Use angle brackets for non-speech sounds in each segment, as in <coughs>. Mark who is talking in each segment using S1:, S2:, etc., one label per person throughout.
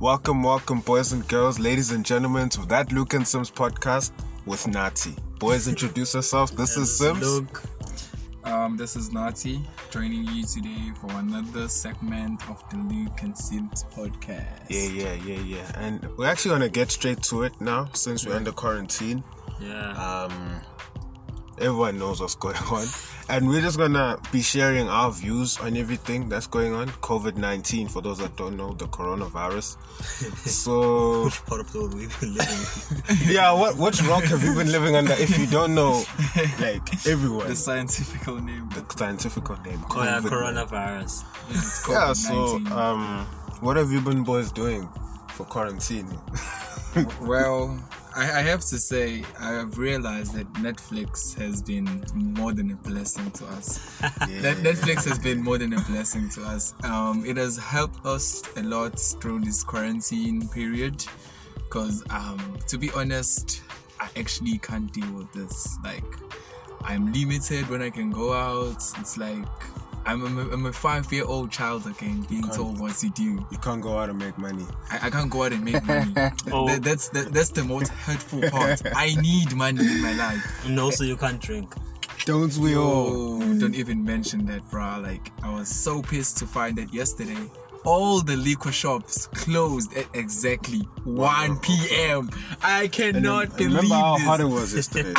S1: Welcome, welcome, boys and girls, ladies and gentlemen, to that Luke and Sims podcast with Nati. Boys, introduce yourself. This is Sims.
S2: Look,
S3: Um, this is Nati joining you today for another segment of the Luke and Sims podcast.
S1: Yeah, yeah, yeah, yeah. And we're actually gonna get straight to it now since we're under quarantine.
S2: yeah,
S1: um, everyone knows what's going <laughs> on and we're just gonna be sharing our views on everything that's going on covid-19 for those that don't know the coronavirus so
S2: which part of the world we've been <laughs> living in.
S1: yeah what what rock have you been living under if you don't know like everyone
S3: The
S1: the
S3: scientific <laughs> name.
S1: scientific name
S2: Oh, yeah,
S1: COVID.
S2: coronavirus.
S3: It's called
S1: yeah so um what have you been boys doing for
S3: <laughs>
S1: quarantine
S3: well, I, I have to say, I have realized that Netflix has been more than a blessing to us. Net- Netflix has been more than a blessing to us. Um, it has helped us a lot through this quarantine period. Because, um, to be honest, I actually can't deal with this. Like, I'm limited when I can go out. It's like I'm, I'm, a, I'm a five-year-old child again, being told what to do.
S1: you can't go out and make money
S3: I, I can't go out and make money.
S2: Oh.
S3: That- that's that, that's the most hurtful part. I need money in my life.
S2: No, so you can't drink.
S1: don't we all
S3: Oh, don't even mention that, bruh. Like I was so pissed to find that yesterday. All the liquor shops closed at exactly 1 p.m. I cannot
S1: And
S3: believe
S1: remember how
S3: this.
S1: hot it
S3: <laughs>
S1: was yesterday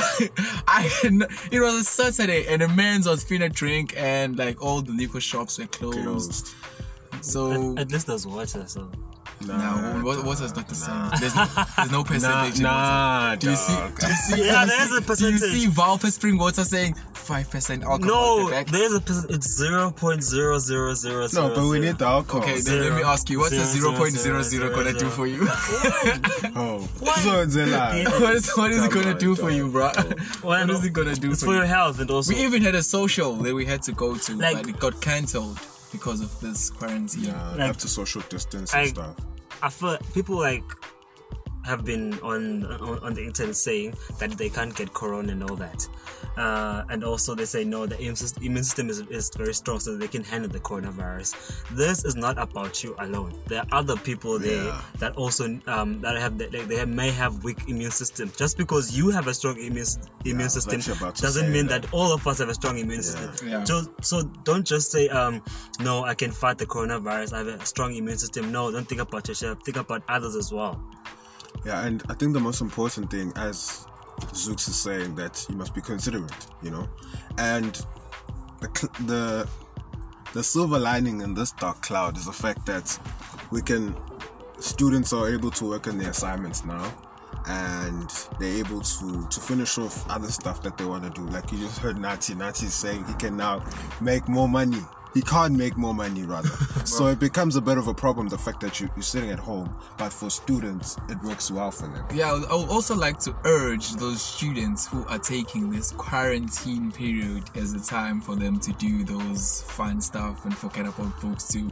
S3: I had no, it was a Saturday and a man's was finna drink and like all the liquor shops were closed.
S1: Closed.
S3: So
S2: At least there's water, so.
S3: no, what water's not the same. There's no, there's no
S1: <laughs> Nah,
S3: percentage. in water.
S1: nah,
S3: Do you see?
S1: dog.
S3: Do you
S1: <laughs>
S3: see?
S2: Yeah,
S3: do you
S2: there's a
S3: see- Do you see
S2: percentage.
S3: Valpa Spring Water saying five percent alcohol? at
S2: No,
S3: the back?
S2: there's a perc- it's zero point zero zero zero zero.
S1: No, but we need the alcohol.
S3: Okay,
S2: zero.
S3: then let me ask you, what's a
S2: Zero,
S3: zero
S2: zero,
S3: point zero zero
S2: zero,
S3: gonna do
S2: zero.
S3: for you? <laughs>
S2: <laughs>
S1: Oh, so it's a lie.
S3: what is what is it
S1: Come
S3: gonna
S1: on,
S3: do for
S1: dog.
S3: you, bro?
S2: Well,
S3: What is it gonna do
S2: It's
S3: for
S2: for your
S3: you?
S2: health and also.
S3: We even had a social that we had to go to,
S2: Like-
S3: but it got cancelled because of this quarantine.
S1: Yeah,
S2: Like-
S1: have to social distance
S2: I-
S1: and stuff.
S2: I feel people like have been on, on on the internet saying that they can't get corona and all that, uh, and also they say no, the immune system, immune system is, is very strong, so they can handle the coronavirus. This is not about you alone. There are other people there
S1: Yeah.
S2: that also um, that have that they, they may have weak immune system. Just because you have a strong immune immune
S1: was
S2: system
S1: actually about to say
S2: doesn't mean
S1: that.
S2: that. all of us have a strong immune system.
S3: Yeah.
S2: So, so don't just say, um, no, I can fight the coronavirus. I have a strong immune system. No, don't think about yourself. Think about others as well.
S1: Yeah, and I think the most important thing, as Zooks is saying, that you must be considerate, you know, and the cl- the the silver lining in this dark cloud is the fact that we can students are able to work on their assignments now and they're able to to finish off other stuff that they want to do like you just heard nati nati saying he can now make more money he can't make more
S3: <laughs>
S1: money rather so it becomes a bit of a problem the fact that you, you're sitting at home but for students it works well for them
S3: Yeah, I would I would also like to urge those students who are taking this quarantine period as a time for them to do those fun stuff and forget about books too.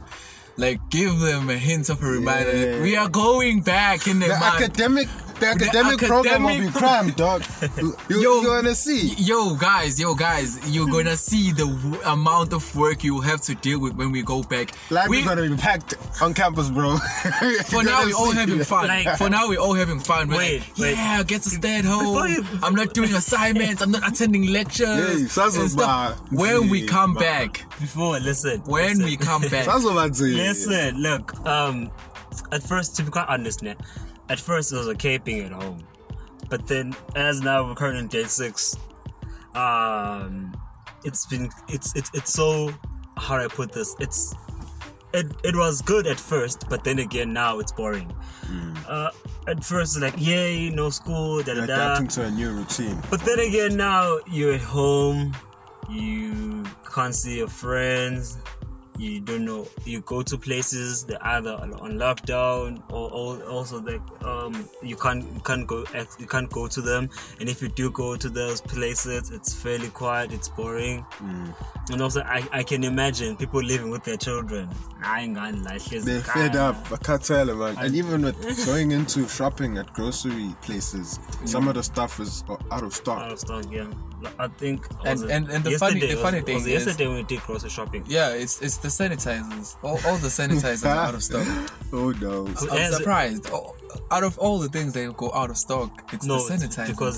S3: Like, give them a hint of a reminder that we are going back in the,
S1: the
S3: month.
S1: academic the academic program will be
S3: academic- <laughs>
S1: crammed dog you, you,
S3: Yo.
S1: you're gonna see
S3: Yo, guys, yo, guys, you're
S2: Hmm.
S3: gonna see the w- amount of work you will have to deal with when we go back.
S1: Life
S3: We-
S1: is gonna be packed on campus, bro. <laughs>
S3: for now, we're all having fun.
S2: Like-
S3: for now, we're all having fun. We're
S2: Wait,
S3: like,
S2: wait.
S3: yeah, I get to stay at home.
S2: you-
S3: I'm not doing assignments. I'm not attending lectures.
S1: Yeah, sounds
S3: and stuff.
S1: about-
S3: When we
S1: yeah,
S3: come
S1: man.
S3: back,
S2: Before, listen.
S3: when
S2: listen.
S3: we
S2: <laughs>
S3: come back,
S1: That's what I'm saying.
S2: listen, look. Um, at first, to be quite honest, now, at first it was okay being at home, but then as now we're currently in day six, um, it's been it's it's it's so how do I put this? It's it, it was good at first, but then again now it's boring. Uh, at first, it's like yay, no school, da da da.
S1: Adapting to a new routine.
S2: But then again, now you're at home, you can't see your friends, you don't know, you go to places that are either on on lockdown or al- also that um, you can't you can't go ex- you can't go to them, and if you do go to those places, it's fairly quiet, it's boring,
S1: Mm.
S2: and also I, I can imagine people living with their children. I ain't gonna lie, she's-
S1: They're fed up. I can't tell them, man. And even with going into shopping at grocery places, some of the stuff is uh, out of stock.
S2: Out of stock, yeah. I think I
S3: And-
S2: was-
S3: and- and the
S2: yesterday
S3: funny- the
S2: was-
S3: funny
S2: was
S3: thing is-
S2: yesterday when we did grocery shopping.
S3: Yeah, it's it's the sanitizers. All, all the sanitizers are out of stock.
S1: <laughs> Oh no.
S2: So <laughs>
S3: I'm
S2: as-
S3: surprised. Oh, out of all the things that go out of stock, it's
S2: No,
S3: the
S2: it's
S3: sanitizers.
S2: because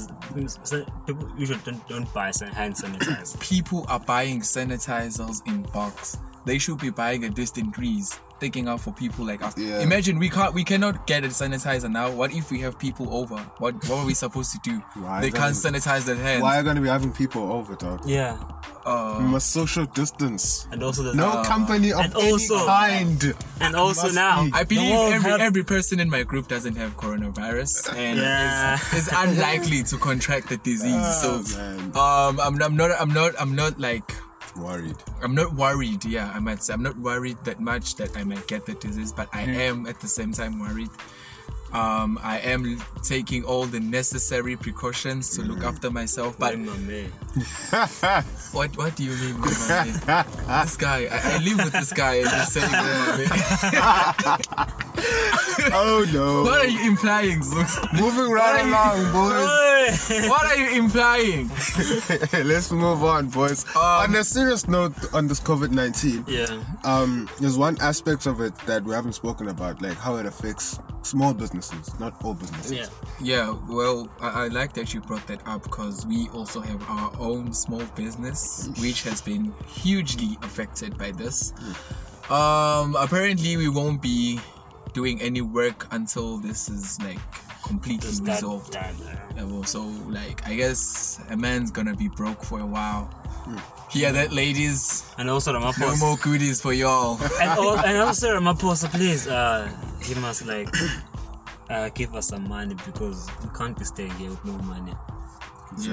S2: san- people usually don't, don't buy san- hand sanitizer.
S3: people are buying sanitizers in bulks. They should be buying at distilleries, taking out for people like us.
S1: Yeah.
S3: Imagine we can't, we cannot get a sanitizer now. What if we have people over? What what are we supposed to do?
S1: Why
S3: they can't
S1: don't-
S3: sanitize their hands.
S1: Why are you gonna be having people over, dog?
S2: yeah,
S1: We
S3: Uh,
S1: must social distance.
S2: and also the
S1: No company of
S2: and
S1: any
S2: also-
S1: kind.
S2: and also
S1: must
S2: now
S1: be.
S3: I
S2: the
S3: believe
S2: world
S3: every
S2: health-
S3: every person in my group doesn't have coronavirus and
S2: Yeah.
S3: is, is unlikely to contract the disease.
S1: Oh,
S3: so <laughs>
S1: man.
S3: um, I'm, I'm not I'm not I'm not like
S1: Worried.
S3: I'm not worried, yeah, I might say. I'm not worried that much that I might get the disease, but I am at the same time worried. Um, I am taking all the necessary precautions to look after myself. But
S2: Blame my man. <laughs>
S3: what what do you mean, Mama? this guy, I, I live with this guy and you're saying, Mama.
S1: Oh no.
S3: What are you implying, Zooks?
S1: Moving right along, boys.
S3: What are you implying?
S1: <laughs> Let's move on, boys. on a serious note, on this COVID nineteen,
S2: yeah,
S1: um, there's one aspect of it that we haven't spoken about, like how it affects small businesses, not all businesses.
S2: yeah.
S3: Yeah, well, I, I like that you brought that up because we also have our own small business, which has been hugely affected by this. Um, apparently, we won't be doing any work until this is like completely
S2: Just that,
S3: resolved.
S2: that, uh,
S3: Yeah, well, so like, I guess a man's gonna be broke for a while.
S2: Hmm.
S3: Hear that, ladies?
S2: and also the
S3: No
S2: Ramaphosa.
S3: more goodies for
S2: <laughs>
S3: y'all.
S2: and, al- and also Ramaphosa, please, uh, he must like <coughs> uh, give us some money because we can't be staying here with no money.
S3: Yo,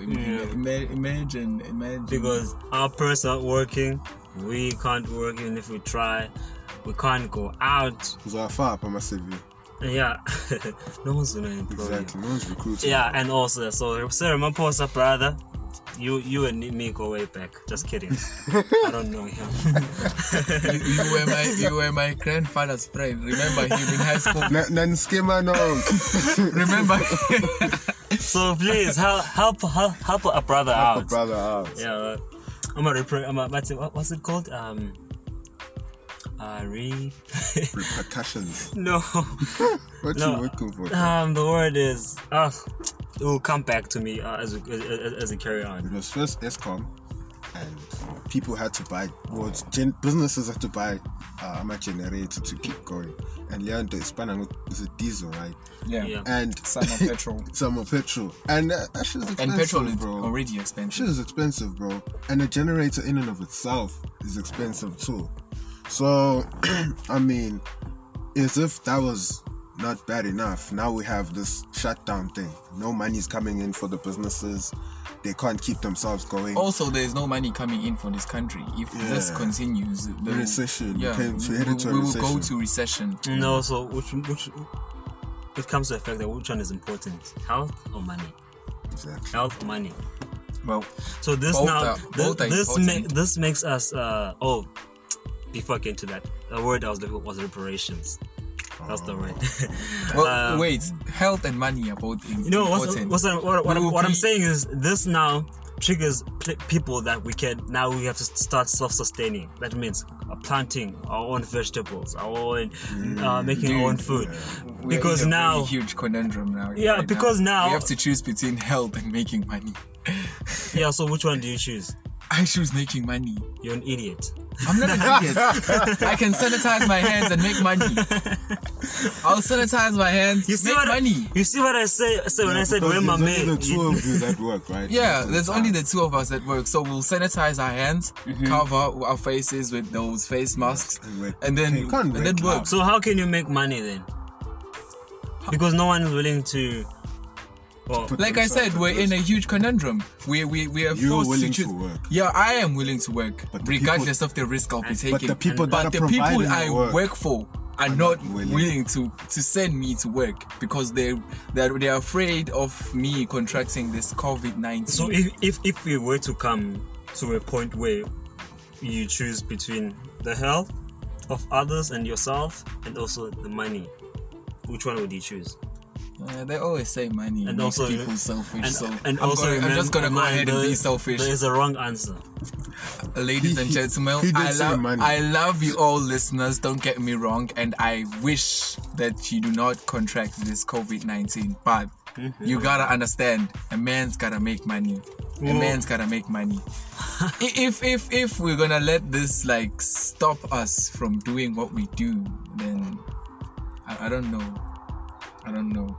S3: ima-
S2: Yeah.
S3: ima- imagine, imagine.
S2: Because our purse not working, we can't work even if we try. We can't go out.
S1: Zafa, I must say, you.
S2: Oh, Yeah, <laughs> no one's gonna employ
S1: exactly. No one's
S2: you.
S1: recruiting.
S2: Yeah, and also, so Sir Ramaphosa, brother, you you and me go way back.
S1: <laughs>
S2: Just kidding. I don't know him. <laughs>
S3: you, you were my you were my grandfather's friend. Remember him in high school.
S1: N- Nan schema
S2: <laughs>
S1: no.
S3: Remember?
S2: so please help help help, help a brother
S1: Help a
S2: out.
S1: brother out.
S2: Yeah, uh, I'm a repre- I'm a, what's, it, what, what's it called? Um, uh, re. <laughs>
S1: Repercussions.
S2: no,
S1: What
S2: No.
S1: you working for?
S2: um, the word is ah. it will come back to me uh, as we as, as we carry on.
S1: It was first ESCOM, and people had to buy, well, gen- businesses had to buy uh, a generator to keep going. And Leandro Hispana is a diesel, right?
S2: Yeah.
S1: And
S3: Some are petrol.
S1: some more petrol. And uh, that shit is
S3: And
S1: expensive,
S3: petrol is
S1: bro.
S3: already
S1: Shit
S3: expensive.
S1: is expensive, bro. And a generator in and of itself is expensive too. So, <clears throat> I mean, as if that was not bad enough, now we have this shutdown thing. No money's coming in for the businesses. They can't keep themselves going.
S3: Also, there is no money coming in for this country. If this
S1: Yeah.
S3: continues, the
S1: recession. We
S3: Yeah,
S1: came- we
S3: we,
S1: headed
S3: we-
S1: to a
S3: we will go
S1: recession.
S3: to recession.
S2: And also, which which it comes to the fact that which one is important, health or money?
S1: Exactly.
S2: Health, or money.
S3: Well,
S2: So this
S3: Both
S2: now
S3: are- both are
S2: thi- this
S3: important.
S2: ma- this makes us uh oh. Before I get to that, the word I was looking for was reparations. That's
S1: Um,
S2: the word.
S3: Oh.
S2: <laughs>
S3: well,
S2: Um,
S3: uh, wait. Health and money are both important.
S2: You know what's, what's what, what,
S3: We will
S2: what I'm
S3: be-
S2: saying is this now triggers pl- people that we can now we have to start self-sustaining. That means uh, planting our own vegetables, our own uh,
S3: Mm,
S2: making our own food.
S3: We're
S2: because
S3: in a
S2: now-
S3: really huge conundrum now.
S2: Yeah,
S3: right
S2: because now-
S3: we have to choose between health and making money.
S2: Yeah. So which one do you choose?
S3: I choose making money.
S2: You're an idiot.
S3: I'm not an idiot. I can sanitize my hands and make money. I'll sanitize my hands,
S2: You see
S3: make
S2: what
S3: money.
S2: I, you see what I say? say when I said
S1: Because
S2: when my
S1: there's only
S2: man,
S1: the two of you that work, right?
S3: Yeah,
S1: Most of
S3: there's
S1: the
S3: only
S1: time.
S3: the two of us at work, so we'll sanitize our hands,
S2: Mm-hmm.
S3: cover our faces with those face masks,
S1: And wear-
S3: and then
S1: You can't
S3: and
S1: wear
S3: then work.
S1: gloves.
S2: So how can you make money then? Because no one is willing to. Well,
S1: Put
S3: Like I
S1: themselves
S3: said, we're in a huge conundrum. We we we are
S1: You're
S3: forced
S1: willing
S3: to, choose-
S1: to work.
S3: Yeah, I am willing to work,
S1: But the
S3: regardless of the risk I'll be taking.
S1: But the people
S3: but
S1: that are
S3: the people
S1: providing
S3: I
S1: the work
S3: work, for are,
S1: not
S3: not,
S1: willing.
S3: willing, to to send me to work because they they they're afraid of me contracting this COVID nineteen.
S2: so if, if if we were to come to a point where you choose between the health of others and yourself, and also the money, which one would you choose?
S3: Uh, they always say money
S2: And
S3: makes
S2: also-
S3: people selfish.
S2: And,
S3: so
S2: and
S3: I'm,
S2: also,
S3: gonna- I'm just gonna go
S2: remember,
S3: ahead and
S2: there-
S3: be selfish,
S2: There is a wrong answer.
S3: ladies and
S1: He- he-
S3: gentlemen.
S1: he did
S3: I
S1: say
S3: love,
S1: money.
S3: I love you all, listeners. Don't get me wrong, and I wish that you do not contract this COVID nineteen. But
S1: Mm-hmm.
S3: you gotta understand, a man's gotta make money. A
S2: Mm.
S3: man's gotta make money. I- if if if we're gonna let this like stop us from doing what we do, then I, I don't know. I don't know.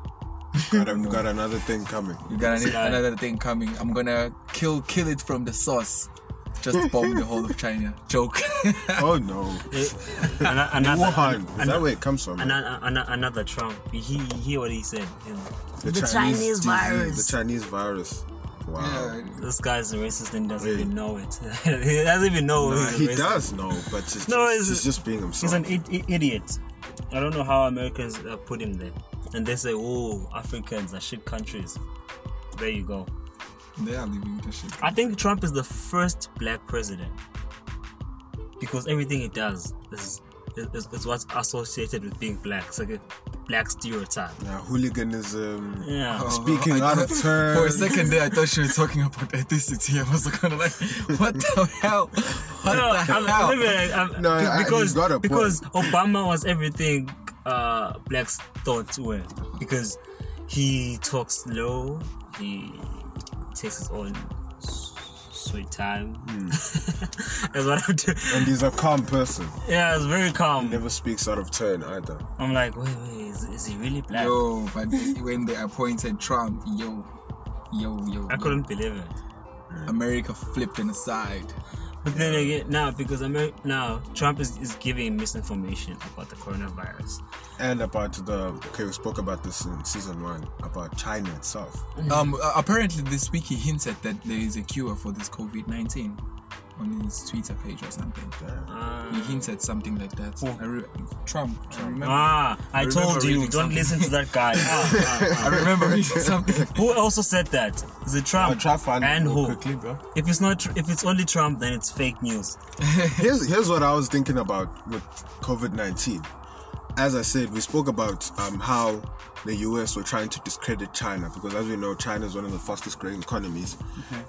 S1: Got, a- we got another thing
S3: <laughs>
S1: coming.
S3: You got
S2: This
S3: an-
S2: guy.
S3: another thing coming. I'm gonna kill kill it from the source. Just bomb the whole of China. Joke. <laughs>
S1: Oh no.
S2: Eh, ana- another,
S1: Wuhan. Is
S2: ana-
S1: that where it comes from? man?
S2: ana- ana- another Trump. He, he hear what he said. you know.
S1: The,
S2: Chinese
S1: disease,
S2: virus.
S1: The Chinese virus. Wow.
S3: Yeah,
S2: This guy's a racist and doesn't
S1: Really?
S2: even know it. <laughs> he doesn't even know
S1: Nah,
S2: he's a
S1: he
S2: racist.
S1: does know, but it's,
S2: Oh, No,
S1: just,
S2: it's-
S1: he's just being himself.
S2: He's an I- I- idiot. I don't know how Americans uh, put him there. And they say, oh, Africans are shit countries. There you go.
S3: they are living the shit.
S2: I think Trump is the first black president because everything he does is is, is what's associated with being black. It's like a black stereotype.
S1: Yeah, hooliganism.
S2: Yeah.
S3: Oh,
S1: Speaking
S3: I
S1: out of
S3: thought-
S1: turn.
S3: For a second there, I thought you were talking about <laughs> ethnicity. I was kind of like, what the hell? What
S2: No,
S3: the
S2: I'm,
S3: hell?
S2: I'm, even- I'm-
S1: No, I- you've
S2: because
S1: got a point.
S2: because Obama was everything uh, blacks thought were because he talks slow, he takes his own s- sweet time.
S3: Hmm.
S2: <laughs> That's what I'm doing.
S1: And he's a calm person.
S2: Yeah, it's very calm.
S1: Never speaks out of turn either.
S2: I'm like, wait, wait, is, is he really black?
S3: Yo, but when they appointed Trump, yo, yo, yo,
S2: I
S3: yo,
S2: couldn't believe it.
S3: America flipped in the side.
S2: But then again, now because Amer- now Trump is, is giving misinformation about the coronavirus.
S1: And about the okay, we spoke about this in season one about China itself.
S2: Oh,
S3: Um, uh, apparently this week he hinted that there is a cure for this COVID nineteen on his Twitter page or something.
S1: Yeah.
S3: He
S2: Uh,
S3: hinted something like that.
S2: Who?
S3: I re- Trump. I remember.
S2: ah, I,
S3: remember
S2: told you,
S3: reading
S2: don't
S3: something.
S2: listen to that guy. Ah,
S3: <laughs>
S2: ah,
S3: I remember reading something.
S2: ah. Who also said that? Is it Trump?
S1: I'll try to find
S2: and
S1: it
S2: who?
S1: real quickly, bro.
S2: If it's not, tr- if it's only Trump, then it's fake news.
S1: Here's here's what I was thinking about with COVID nineteen. As I said, we spoke about um, how the US were trying to discredit China because, as we know, China is one of the fastest growing economies,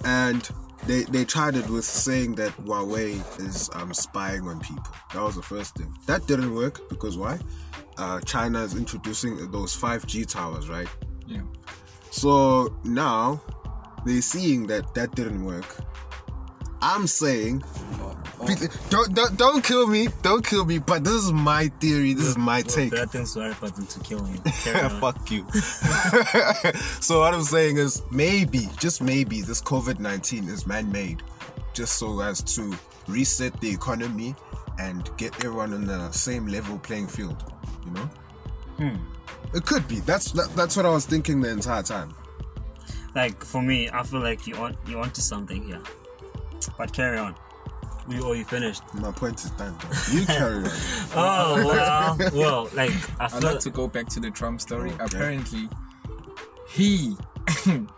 S1: and they they tried it with saying that Huawei is um, spying on people. That was the first thing. That didn't work because why? Uh, China is introducing those five G towers, right?
S3: Yeah.
S1: So now they're seeing that that didn't work. I'm saying, don't, don't don't kill me, don't kill me. But this is my theory. This is my take.
S2: There are things worried about them to kill him. Carry on.
S1: Fuck you. <laughs> so what I'm saying is maybe, just maybe, this COVID-19 is man-made, just so as to reset the economy and get everyone on the same level playing field. You know. Hmm. It could be. That's that, that's what I was thinking the entire time.
S2: Like for me, I feel like you on you onto something here. But carry on. We or you finished.
S1: My point is done. though.
S2: <laughs>
S1: You carry on.
S2: Oh well, well, like I
S3: I'd
S2: feel
S3: like to go back to the Trump story. Apparently, he.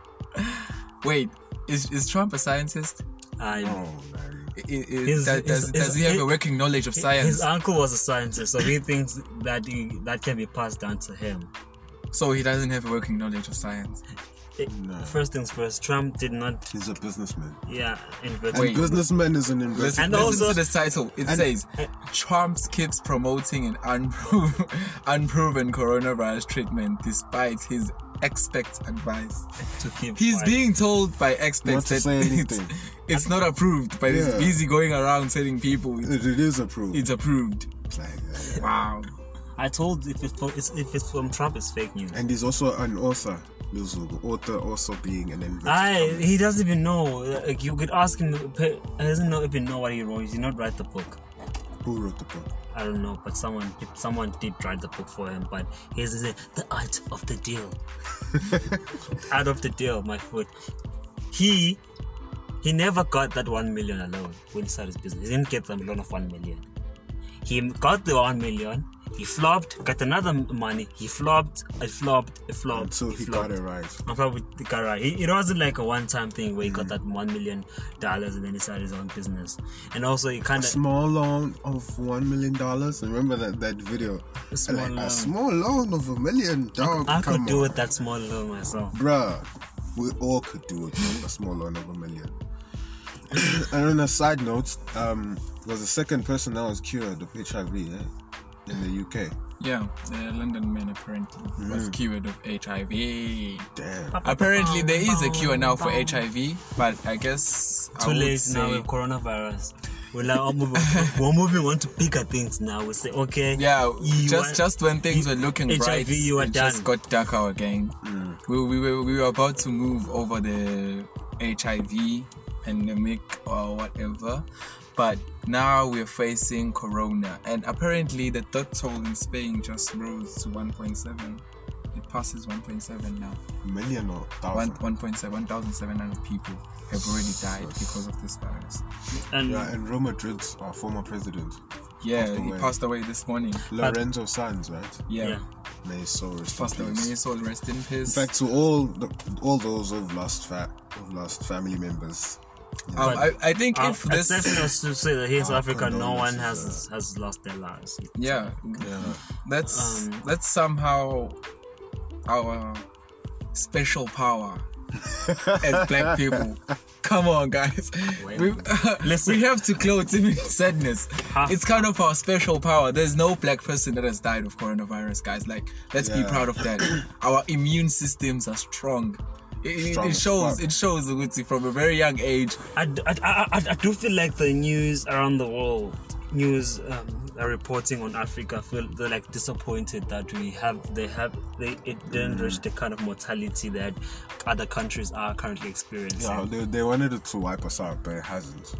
S3: <laughs> Wait, is, is Trump a scientist?
S2: I-
S1: Oh, man.
S3: I- I-
S2: His-
S3: does, does,
S2: his-
S3: does he have
S2: his-
S3: a working knowledge of science?
S2: His uncle was a scientist, so he thinks that he, that can be passed down to him.
S3: so he doesn't have a working knowledge of science.
S2: It-
S1: No.
S2: First things first, Trump did not,
S1: He's a businessman.
S2: yeah, invert.
S1: And
S3: Wait.
S1: businessman is an investor.
S3: Listen,
S2: And
S3: listen
S2: also-
S3: to the title. It says Trump keeps promoting an unproven, <laughs> unproven coronavirus treatment despite his expert advice.
S2: to keep.
S3: He's
S2: quiet.
S3: being told by
S1: Not
S3: experts
S1: to
S3: that <laughs>
S1: say
S3: it's,
S1: anything.
S3: it's not approved, but he's
S1: Yeah.
S3: busy going around telling people it's,
S1: It- it is approved.
S3: it's approved.
S1: Like, uh,
S3: Wow.
S2: I told if it's from, it's- if it's from Trump, it's fake news.
S1: and he's also an author. Luzugu. Author also being an investor.
S2: I he doesn't even know. Like you could ask him. He doesn't know, even know what he wrote. He did not write the book.
S1: Who wrote the book?
S2: I don't know, but someone did, someone did write the book for him. But he's the the art of the
S1: <laughs>
S2: deal. Out of the deal, my foot. He he never got that one million alone when he started his business. He didn't get the loan of one million. He got the one million He flopped, got another m- money. He flopped, it flopped, it flopped.
S1: until
S2: it
S1: he
S2: Oh, flopped.
S1: got it right.
S2: I'm probably the guy right. It, it wasn't like a one-time thing where he got that one million dollars and then he started his own business. And also, he kind of
S1: Small loan of one million dollars. Remember that that video?
S2: Small
S1: Like,
S2: loan.
S1: A small loan of a million dollars.
S2: I could
S1: Come
S2: do
S1: on.
S2: with that small loan myself.
S1: Bruh, we all could do it. man. A small loan of a million. <clears throat> and on a side note, um, was the second person that was cured of HIV eh, in the UK.
S3: Yeah, the London man apparently was
S2: Mm.
S3: cured of HIV.
S1: Damn.
S2: Oh,
S3: Apparently, there is a cure now for HIV, but I guess I
S2: Too
S3: would
S2: late
S3: say,
S2: now with coronavirus. We're, like, oh,
S1: <laughs>
S2: move on. we're moving on to bigger things now. We say, okay,
S3: Yeah,
S2: you
S3: just
S2: are-
S3: just when things
S2: you-
S3: were looking
S2: HIV,
S3: bright,
S2: you are
S3: it
S2: done.
S3: just got darker again.
S1: Mm,
S3: We, we, were, we were about to move over the HIV pandemic or whatever, but now we're facing corona, and apparently the death toll in Spain just rose to 1.7. It passes 1.7 now.
S1: Million or
S3: One
S1: thousand.
S3: 1.7 1,700 people have already died because of this virus.
S2: and
S1: Yeah, and Real Madrid's our former president,
S3: Yeah,
S1: Passed
S3: he
S1: away.
S3: passed away this morning.
S1: Lorenzo Sanz, right?
S3: Yeah,
S2: Yeah.
S1: May his soul rest in
S3: passed away. May
S1: peace.
S3: his soul rest in peace.
S1: In fact, to all the, all those who've lost fa- who've lost family members,
S3: Um, I, I think
S2: uh,
S3: if this,
S2: exceptions to say that here in South Africa, no one has
S1: condolences,
S2: has lost their lives.
S3: yeah,
S1: yeah,
S3: that's
S2: Um,
S3: that's somehow our special power as black people. Come on, guys, we, <laughs>
S2: Listen.
S3: we have to clothe him in <laughs> sadness.
S2: Huh?
S3: It's kind of our special power. There's no black person that has died of coronavirus, guys. Like, let's be
S1: Yeah.
S3: proud of that. our immune systems are strong. It, it-
S1: Strong
S3: it
S1: as
S3: shows.
S1: fuck.
S3: It shows Ukuthi, from a very young age.
S2: I, d- I- I- I- I do feel like the news around the world, news um, are reporting on Africa, feel they're like disappointed that we have they have they it didn't reach the kind of mortality that other countries are currently experiencing.
S1: yeah. They, they wanted it to wipe us out, but it hasn't,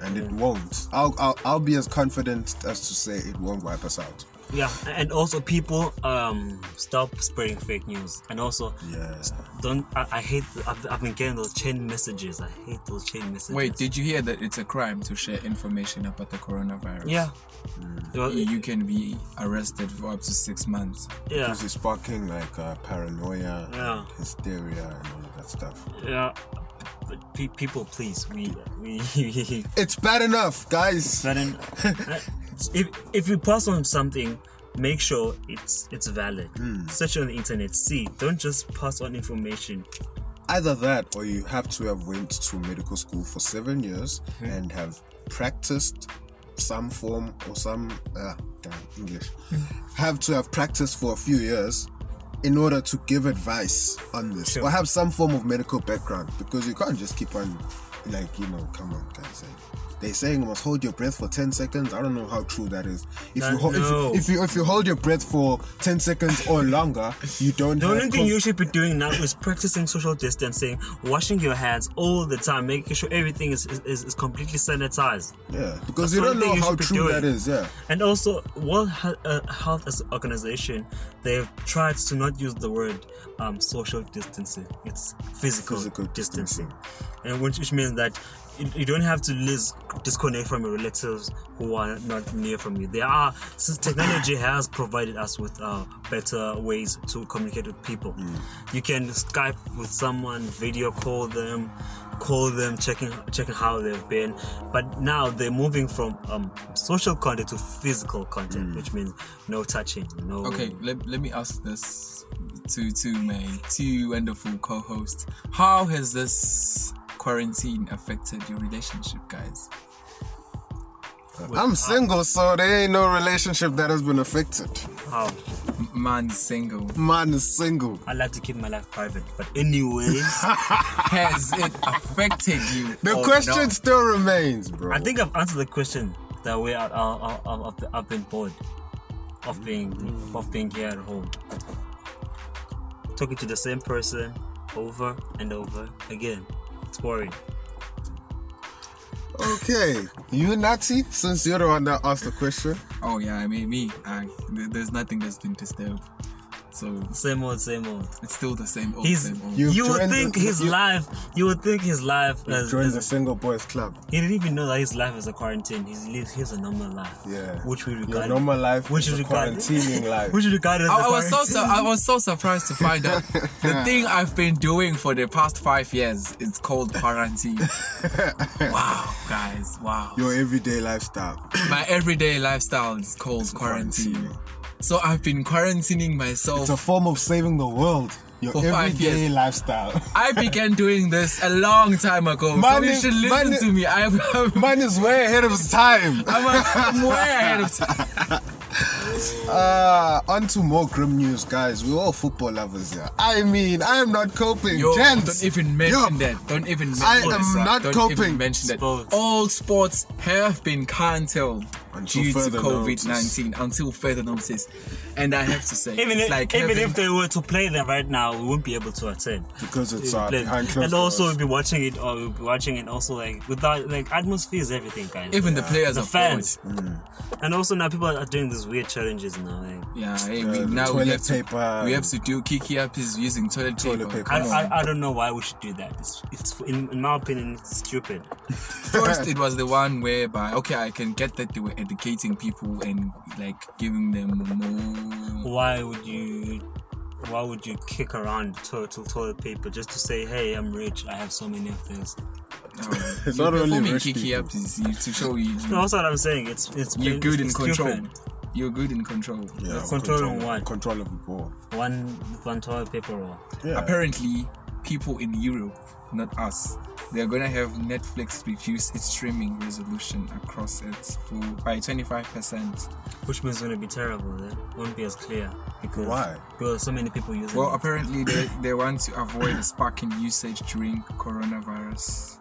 S1: and it won't. I'll, I'll I'll be as confident as to say it won't wipe us out.
S2: Yeah, and also people um stop spreading fake news, and also
S1: Yeah,
S2: don't I, I hate I've, I've been getting those chain messages. I hate those chain messages.
S3: Wait, did you hear that it's a crime to share information about the coronavirus?
S2: yeah. Well,
S3: You you can be arrested for up to six months.
S2: yeah,
S1: because it's sparking like uh, paranoia,
S2: Yeah.
S1: and hysteria, and all of that stuff.
S2: yeah. But pe- people, please, we we <laughs>
S1: It's bad enough, guys.
S2: But then, uh, if if you pass on something, make sure it's it's valid. Search on the internet. See, don't just pass on information.
S1: Either that, or you have to have went to medical school for seven years
S2: Mm-hmm.
S1: and have practiced some form or some uh, damn English.
S2: Mm-hmm.
S1: Have to have practiced for a few years in order to give advice on this,
S2: Sure.
S1: or have some form of medical background, because you can't just keep on, like you know, come on, guys. like, They're saying you must hold your breath for 10 seconds. I don't know how true that is. If,
S2: That-
S1: you, ho-
S2: no.
S1: if, you, if you if you hold your breath for 10 seconds or longer, you don't.
S2: The
S1: have
S2: only thing
S1: co-
S2: you should be doing now is practicing social distancing, washing your hands all the time, making sure everything is is, is completely sanitized.
S1: Yeah, because
S2: That's
S1: you
S2: the
S1: don't
S2: only
S1: know
S2: thing you
S1: how
S2: should be
S1: true
S2: doing.
S1: that is. Yeah,
S2: And also, World He- uh, Health as Organization, they've tried to not use the word um, social distancing. It's physical,
S1: Physical
S2: distancing, and which, which means that you, you don't have to lis- disconnect from your relatives who are not near from you. There are since technology has provided us with uh, better ways to communicate with people. You can Skype with someone, video call them. Call them, checking checking how they've been, but now they're moving from um, social content to physical content, which means no touching, no.
S3: Okay, let, let me ask this to to my two wonderful co-hosts. How has this quarantine affected your relationship, guys?
S2: uh,
S1: I'm single, so there ain't no relationship that has been affected.
S2: How?
S3: M- Man single.
S1: Man is single.
S2: I like to keep my life private, but anyway,
S3: Has it affected you?
S1: <laughs> The
S3: or
S1: question
S3: not?
S1: still remains, bro.
S2: Oh, I think I've answered the question that way. I, I, I, I've, I've been bored of being
S3: Mm.
S2: of being here at home, talking to the same person over and over again. It's worrying.
S1: Okay, you Nazi, since you're the one that asked the question,
S3: Oh yeah, I mean me. I, there- there's nothing that's been disturbed. So
S2: Same old, same old.
S3: it's still the same old,
S2: He's
S3: same old.
S1: You've
S2: you would
S1: joined
S2: think
S1: the-
S2: his
S1: you-
S2: life. You would think his life as,
S1: Join
S2: as
S1: the single boys club.
S2: He didn't even know that his life is a quarantine. He's lives he's a normal life.
S1: Yeah.
S2: Which we
S1: Your
S2: regard
S1: normal life,
S2: which
S1: is
S2: is
S1: a
S2: regarded- <laughs>
S1: quarantining life.
S2: which we regard as a
S3: I, I was so
S2: quarantine.
S3: sur- I was so surprised to find
S1: <laughs>
S3: out the thing I've been doing for the past five years. It's called quarantine.
S1: <laughs>
S3: wow, guys! Wow,
S1: Your everyday
S2: <coughs>
S1: lifestyle.
S3: my everyday lifestyle is called quarantine.
S1: Quarantining.
S3: So I've been quarantining
S1: It's a
S3: myself.
S1: form of saving the world. Your
S3: For five
S1: everyday
S3: years.
S1: lifestyle. <laughs>
S3: I began doing this a long time ago.
S1: Man
S3: so you
S1: is-
S3: should listen
S1: man is-
S3: to me. I'm, I'm,
S1: Mine is way ahead of its
S2: <laughs>
S1: time. <laughs>
S3: I'm way ahead of time.
S1: Uh, on to more grim news, guys. We're all football lovers here. I mean, I'm not coping.
S3: Yo,
S1: Gents,
S3: don't even mention
S1: Yup.
S3: that. Don't even mention
S1: I
S3: that.
S1: am
S3: bruh.
S1: not
S3: don't
S1: coping.
S3: Even mention that.
S2: Sports.
S3: All sports have been cancelled
S1: Until
S3: due to
S1: further
S3: COVID
S1: notice.
S3: nineteen until further notice. And I have to say,
S2: even
S3: it's
S2: if,
S3: like
S2: even
S3: having-
S2: if they were to play them right now, we wouldn't be able to attend.
S1: because it's uh,
S2: Play-
S1: behind closed
S2: and also
S1: doors.
S2: we'll be watching it, or we'll be watching it also like without like atmosphere is everything, guys.
S3: even the players
S2: the
S3: are
S2: fans,
S3: bored.
S2: and also now people are doing these weird challenges now. Like,
S3: Yeah, hey,
S1: The-
S3: we,
S1: the
S3: now we
S1: toilet
S3: have
S1: paper
S3: to we have
S1: and-
S3: to do kiki up is using toilet,
S1: Toilet paper.
S2: I,
S3: Come on.
S2: I, I don't know why we should do that. It's, it's in, in my opinion, it's stupid.
S3: First, it was the one whereby okay, I can get that they were educating people and like giving them more.
S2: Why would you? Why would you kick around total toilet paper just to say, "Hey, I'm rich. I have so many of this."
S1: It's <laughs> not only rich
S3: um, kiki
S1: people.
S3: up is you- to show you
S2: No, That's what I'm saying. It's it's
S3: You're
S2: it's-
S3: good in
S2: it's
S3: control.
S2: stupid.
S3: You're good in control.
S1: Yeah,
S2: That's controlling what?
S1: Control of the ball.
S2: One one toilet paper roll.
S1: Yeah.
S3: Apparently, people in Europe, not us, they're gonna have Netflix reduce its streaming resolution across it for, by 25%.
S2: Which means it's gonna be terrible. Then it won't be as clear because
S1: Why?
S2: Because so many people using.
S3: Well,
S2: it.
S3: apparently, they, they want to avoid a spark in usage during coronavirus.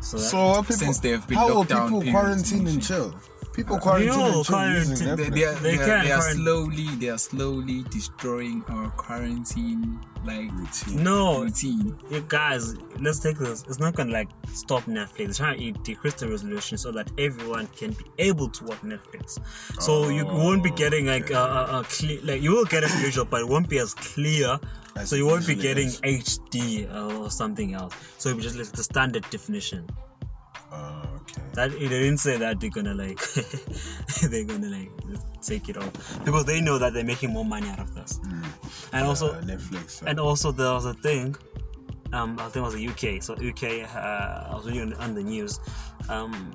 S2: so, that,
S1: So are people,
S3: Since they have been
S1: how
S3: locked
S1: are
S3: down
S1: people
S3: periods
S1: quarantine
S3: and
S1: and
S3: shit.
S1: chill? People quarantine
S2: all
S1: and chill using
S2: quarantine.
S3: They,
S1: Netflix.
S3: they are,
S2: They
S3: they are-
S2: can
S3: they are
S2: quarant-
S3: slowly they are slowly destroying our quarantine like
S2: Mm.
S1: Routine.
S2: no,
S3: routine.
S2: you guys, let's take this. It's not gonna like stop Netflix. It's trying to decrease the resolution so that everyone can be able to watch Netflix. So you
S1: Oh,
S2: won't be getting like a, a, a clear, like you will get it usual, but it won't be as clear.
S1: As
S2: so you
S1: it
S2: won't be
S1: usually
S2: getting
S1: is.
S2: HD or something else. So it'll be just like the standard definition.
S1: Oh, okay.
S2: That they didn't say that they're gonna like <laughs> they're gonna like take it off because they know that they're making more money out of this. And also,
S1: Uh, Netflix. uh,
S2: and also there was a thing um, i think it was the uk so uk uh, i was reading on, on the news um,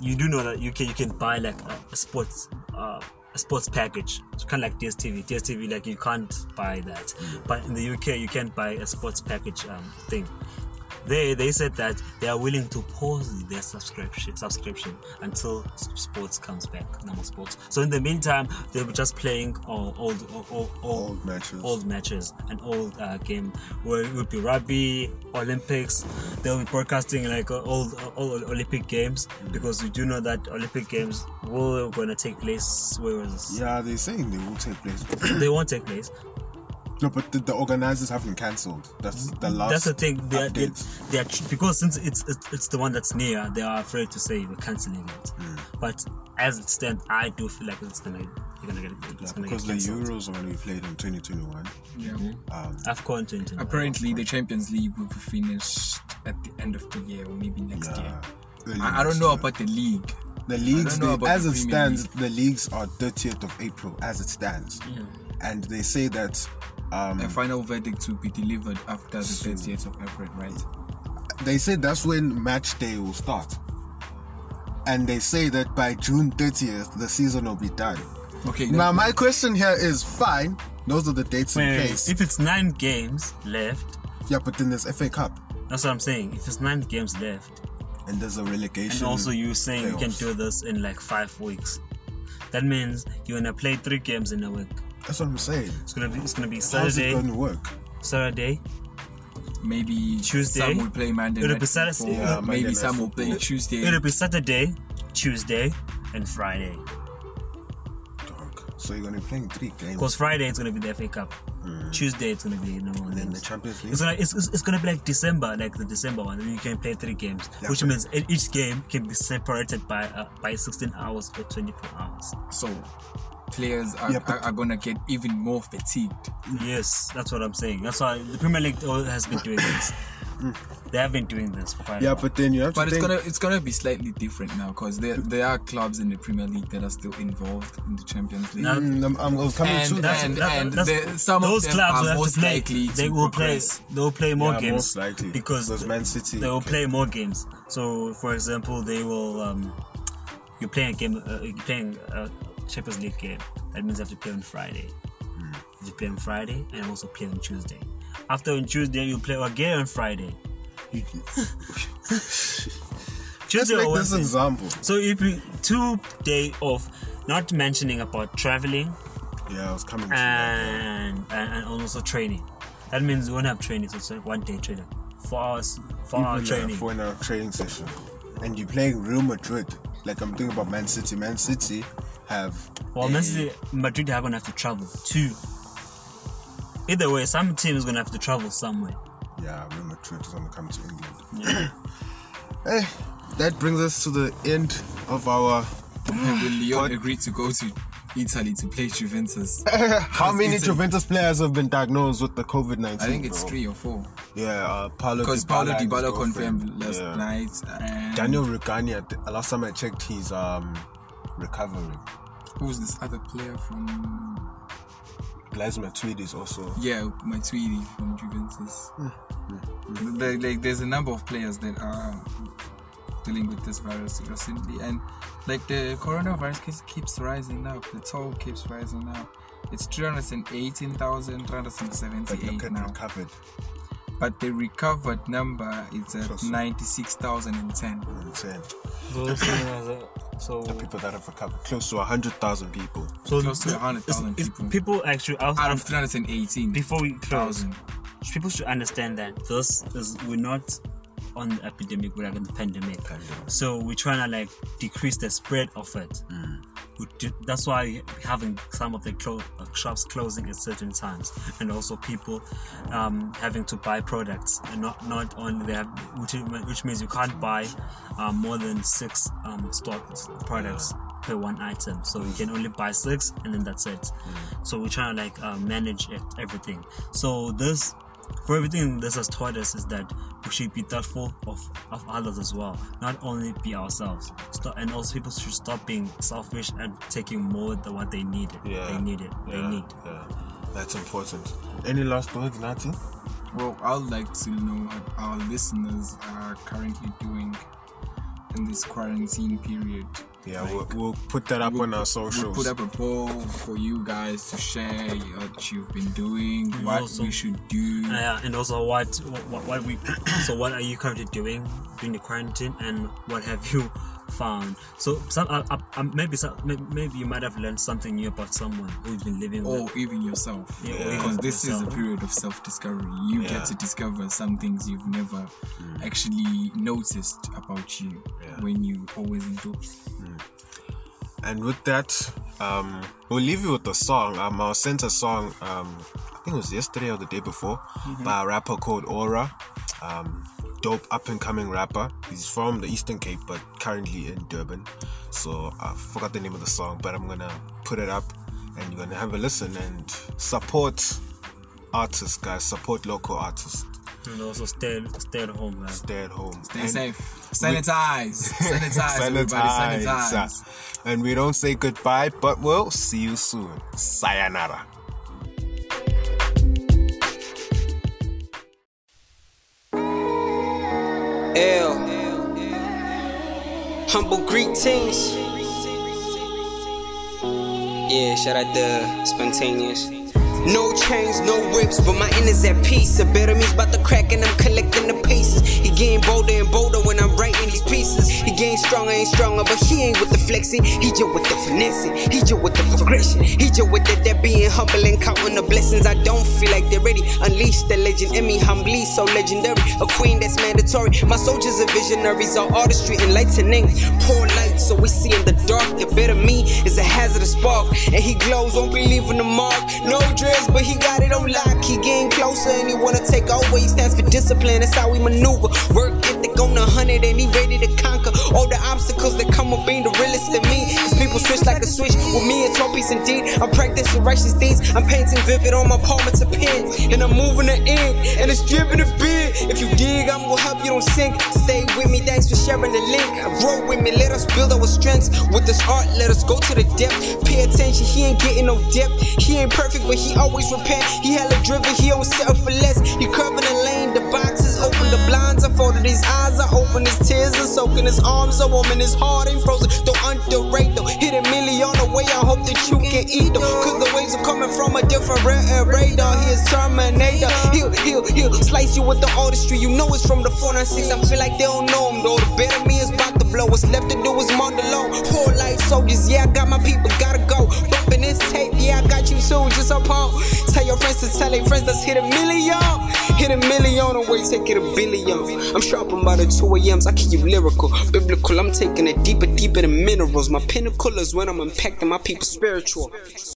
S2: you do know that uk you can buy like a, a sports uh, a sports package it's kind of like dstv dstv like you can't buy that but in the uk you can buy a sports package um, thing they they said that they are willing to pause their subscription subscription until s- sports comes back normal sports so in the meantime they'll be just playing all old all, all, all,
S1: old matches.
S2: old matches and old uh, game where it would be rugby olympics they'll be broadcasting like uh, old uh, all olympic games because we do know that olympic games were going to take place whereas
S1: Yeah, they're saying they will take place.
S2: they won't take place
S1: no, but the, the organizers haven't cancelled. That's the last.
S2: Mm-hmm. that's the thing they are, they,
S1: update.
S2: they are tr- because since it's, it's it's the one that's near they are afraid to say we're cancelling it
S1: Hmm.
S2: but as it stands i do feel like it's gonna you're gonna get it's
S1: Yeah,
S2: gonna
S1: because
S2: get
S1: the
S2: cancelled Ah,
S1: Euros are going to be played in 2021.
S3: Yeah.
S1: Um,
S2: afcon 2021.
S3: Apparently, the Champions League will be finished at the end of the year or maybe next year.
S1: yeah, early
S3: I, I don't
S1: next
S3: know
S1: year.
S3: about the league.
S1: the leagues.
S3: know
S1: they-
S3: about
S1: as
S3: the
S1: it
S3: Premier
S1: stands, the leagues are 30th of April, as it stands, and they say that um,
S3: A final verdict will be delivered after the 30th of April, right?
S1: they say that's when match day will start, and they say that by June 30th the season will be done.
S3: Okay.
S1: Now my question here is, fine, those are the dates
S2: Wait,
S1: in
S2: wait,
S1: place.
S2: wait. if it's nine games left
S1: yeah, but then there's FA Cup
S2: that's what i'm saying if it's nine games left
S1: and there's a relegation.
S2: And also, you were saying you can
S1: playoffs.
S2: do this in like five weeks. That means you're gonna play three games in a week.
S1: that's what I'm saying.
S2: It's gonna be it's gonna be
S1: How's it
S2: Saturday,
S1: going to work?
S2: Saturday.
S3: maybe
S2: Tuesday?
S3: Some will play Monday.
S2: It'll
S3: night
S2: be Saturday-
S3: football.
S1: Yeah, Monday
S3: maybe
S1: night
S3: some will
S1: football.
S3: play Tuesday.
S2: It'll be Saturday, Tuesday, and Friday.
S1: Dog. So you're going to be playing three games.
S2: Because Friday it's gonna be the FA Cup. Tuesday it's gonna be no
S1: And Mm. then the Champions League.
S2: It's gonna it's, it's, it's gonna be like December, like the December one. and You can play three games,
S1: Yeah,
S2: which
S1: but-
S2: means e- each game can be separated by uh, by 16 hours or 24 hours.
S3: So players are,
S1: Yeah, but-
S3: are, are gonna get even more fatigued.
S2: Yes, that's what I'm saying. That's why the Premier League al- has been doing this. they have been doing this for quite a
S1: Yeah,
S2: while.
S1: but then you have to
S3: But it's
S1: think.
S3: gonna it's gonna be slightly different now because there there are clubs in the Premier League that are still involved in the Champions League.
S1: Mm, I'm, I'm- I was coming
S3: And
S1: to
S3: that's-
S1: that.
S3: and-
S2: That-
S3: and
S2: that's-
S3: the- some of
S2: those
S3: them
S2: clubs
S3: are
S2: will have
S3: most
S2: to play.
S3: likely to
S2: they will
S3: progress.
S2: play. They will play more
S1: Yeah,
S2: games
S1: most likely.
S2: because
S1: Because Man City-
S2: They will play more games. So, for example, they will. Um, you're playing a game. Uh, you're playing a Champions League game. That means you have to play on Friday.
S1: Hmm.
S2: You play on Friday and also play on Tuesday. After on Tuesday, you play again on Friday.
S1: Let's
S2: Tuesday or
S1: make this
S2: Wednesday.
S1: example.
S2: So if you two day off, not mentioning about traveling
S1: Yeah, I was coming to that.
S2: and and, and also training. That means we won't have training. So it's like one day training, four hours, four hour Oh,
S3: uh,
S2: training.
S1: for an hour training session, and you're playing Real Madrid. Like I'm thinking about Man City. Man City have
S2: Well,
S1: a-
S2: Man City, Madrid are gonna have to travel too. Either way, some team is gonna have to travel somewhere.
S1: Yeah, Real Madrid is gonna come to England. <coughs> eh, that brings us to the end of our
S3: Will Leon
S1: But-
S3: agree to go to Italy to play Juventus?
S1: How many
S3: It's a-
S1: Juventus players have been diagnosed with the COVID nineteen? <laughs>
S3: I think it's three or four.
S1: Yeah, uh, Paulo
S3: Because Paulo
S1: Dybala and his
S3: Dybala
S1: girlfriend.
S3: confirmed last
S1: Yeah.
S3: night. And
S1: Daniel Regania. Last time I checked, he's um recovering.
S3: Who's this other player from?
S1: Blaise Matuidi is also.
S3: Yeah, my Tweedy from Juventus. Like, like, there's a number of players that are dealing with this virus recently, and like the coronavirus case keeps rising up. The toll keeps rising up. It's 318,378
S1: But look at
S3: now.
S1: recovered.
S3: but the recovered number is at
S1: Just-
S3: 96,010.
S1: I'm saying
S2: so,
S1: the people that have recovered, close to hundred thousand people.
S3: Close to
S2: th-
S3: 100,000
S2: it's- it's-
S3: people.
S2: People actually, out
S3: Out of 318,000.
S2: before we close, people should understand that this is we're not on the epidemic, we're like in the pandemic. So we're trying to like decrease the spread of it. We do- that's why having some of the clo- uh, shops closing at certain times, and also people um, having to buy products and not not on they have which, which means you can't buy um, more than six um, stock products per one item. So you can only buy six, and then that's it. So we're trying to like uh, manage it, everything. So this for everything this has taught us is that we should be thoughtful of, of others as well not only be ourselves stop, and also people should stop being selfish and taking more than what they need
S1: Yeah.
S2: they need it they
S1: Yeah,
S2: need
S1: yeah. That's important. Any last words, Nati?
S3: Well, I would like to know what our listeners are currently doing in this quarantine period.
S1: Yeah,
S3: Like,
S1: we'll, we'll put that up
S3: we'll
S1: on our
S3: put-
S1: socials.
S3: We'll put up a poll for you guys to share what you've been doing,
S2: And
S3: what
S2: also-
S3: we should do.
S2: Uh, and also what what, what we <clears throat> so what are you currently doing during the quarantine and what have you <laughs> found so some uh, uh, uh, maybe some, may- maybe you might have learned something new about someone who's been living
S1: Oh.
S2: with.
S3: or even yourself.
S2: Yeah, or
S1: even
S3: Because this is a
S2: yourself.
S3: period of self discovery. You
S1: Yeah.
S3: get to discover some things you've never
S2: Mm.
S3: actually noticed about you
S1: Yeah.
S3: when you always indoors.
S1: And with that, um, we'll leave you with a song. Um, I was sent a song, um, I think it was yesterday or the day before,
S3: Mm-hmm.
S1: by a rapper called Aura. Um, dope up and coming rapper. He's from the Eastern Cape, but currently in Durban. So I forgot the name of the song, but I'm gonna put it up and you're gonna have a listen and support artists, guys. Support local artists.
S2: and also stay stay at home man.
S1: Stay at home.
S3: Stay
S1: And-
S3: safe.
S1: <laughs>
S3: Sanitize. Sanitize. everybody. Sanitize.
S1: Sanitize. And we don't say goodbye, but we'll see you soon. Sayonara.
S4: L. Humble greetings. Yeah, shout out to Spontaneous. No chains, no whips, but my inner's at peace. A better me's about to crack and I'm collecting the pieces. He getting bolder and bolder when I'm writing these pieces. He getting stronger and stronger, but he ain't with the flexing. He just with the finessing. He just with the progression. He just with that, that being humble and counting the blessings. I don't feel like they're ready. Unleash the legend in me, humbly so legendary. A queen that's mandatory. My soldiers are visionaries, all artistry enlightening. Poor light, so we see in the dark. The better me is a hazardous spark, and he glows. Won't be leaving the mark. No dress, but he got it on lock. He getting closer, and he wanna take over. He stands for discipline. That's how we maneuver. Work ethic on the hundred, and he ready to conquer all the obstacles that come with being the realest in me. Cause people twist like a switch. With me, it's no peace indeed. I'm practicing righteous deeds. I'm painting vivid on my palm, it's a pen. And I'm moving the ink, and it's dripping a bit. If you dig, I'm gonna help you don't sink. Stay with me, thanks for sharing the link. Grow with me, let us build our strengths. With this art, let us go to the depth. Pay attention, he ain't getting no depth. He ain't perfect, but he always repent. He hella driven, he always settle for less. He curving the lane, the boxes open, the blinds are folded. His eyes are open, his tears are soaking. His arms are warm, and his heart ain't frozen. Don't underrate though. Hit a million on the way, I hope that you can eat though. Cause the waves are coming from a different ra- uh, radar. He is Terminator. He'll, he'll, he'll slice you with the artistry. You know it's from the 496. I feel like they don't know him though. The better me is about to blow. What's left to do is mourn the low. Poor life soldiers, yeah, I got my people, gotta go. Bumping this tape, yeah, I got you soon, just up home. Tell your friends to tell their friends, let's hit a million. Hit a million away, take it a billion. I'm sharpened by the 2 a.m.s, I keep you lyrical. Biblical, I'm taking it deeper, deeper than minerals. My pinnacle is when I'm impacting my people spiritual.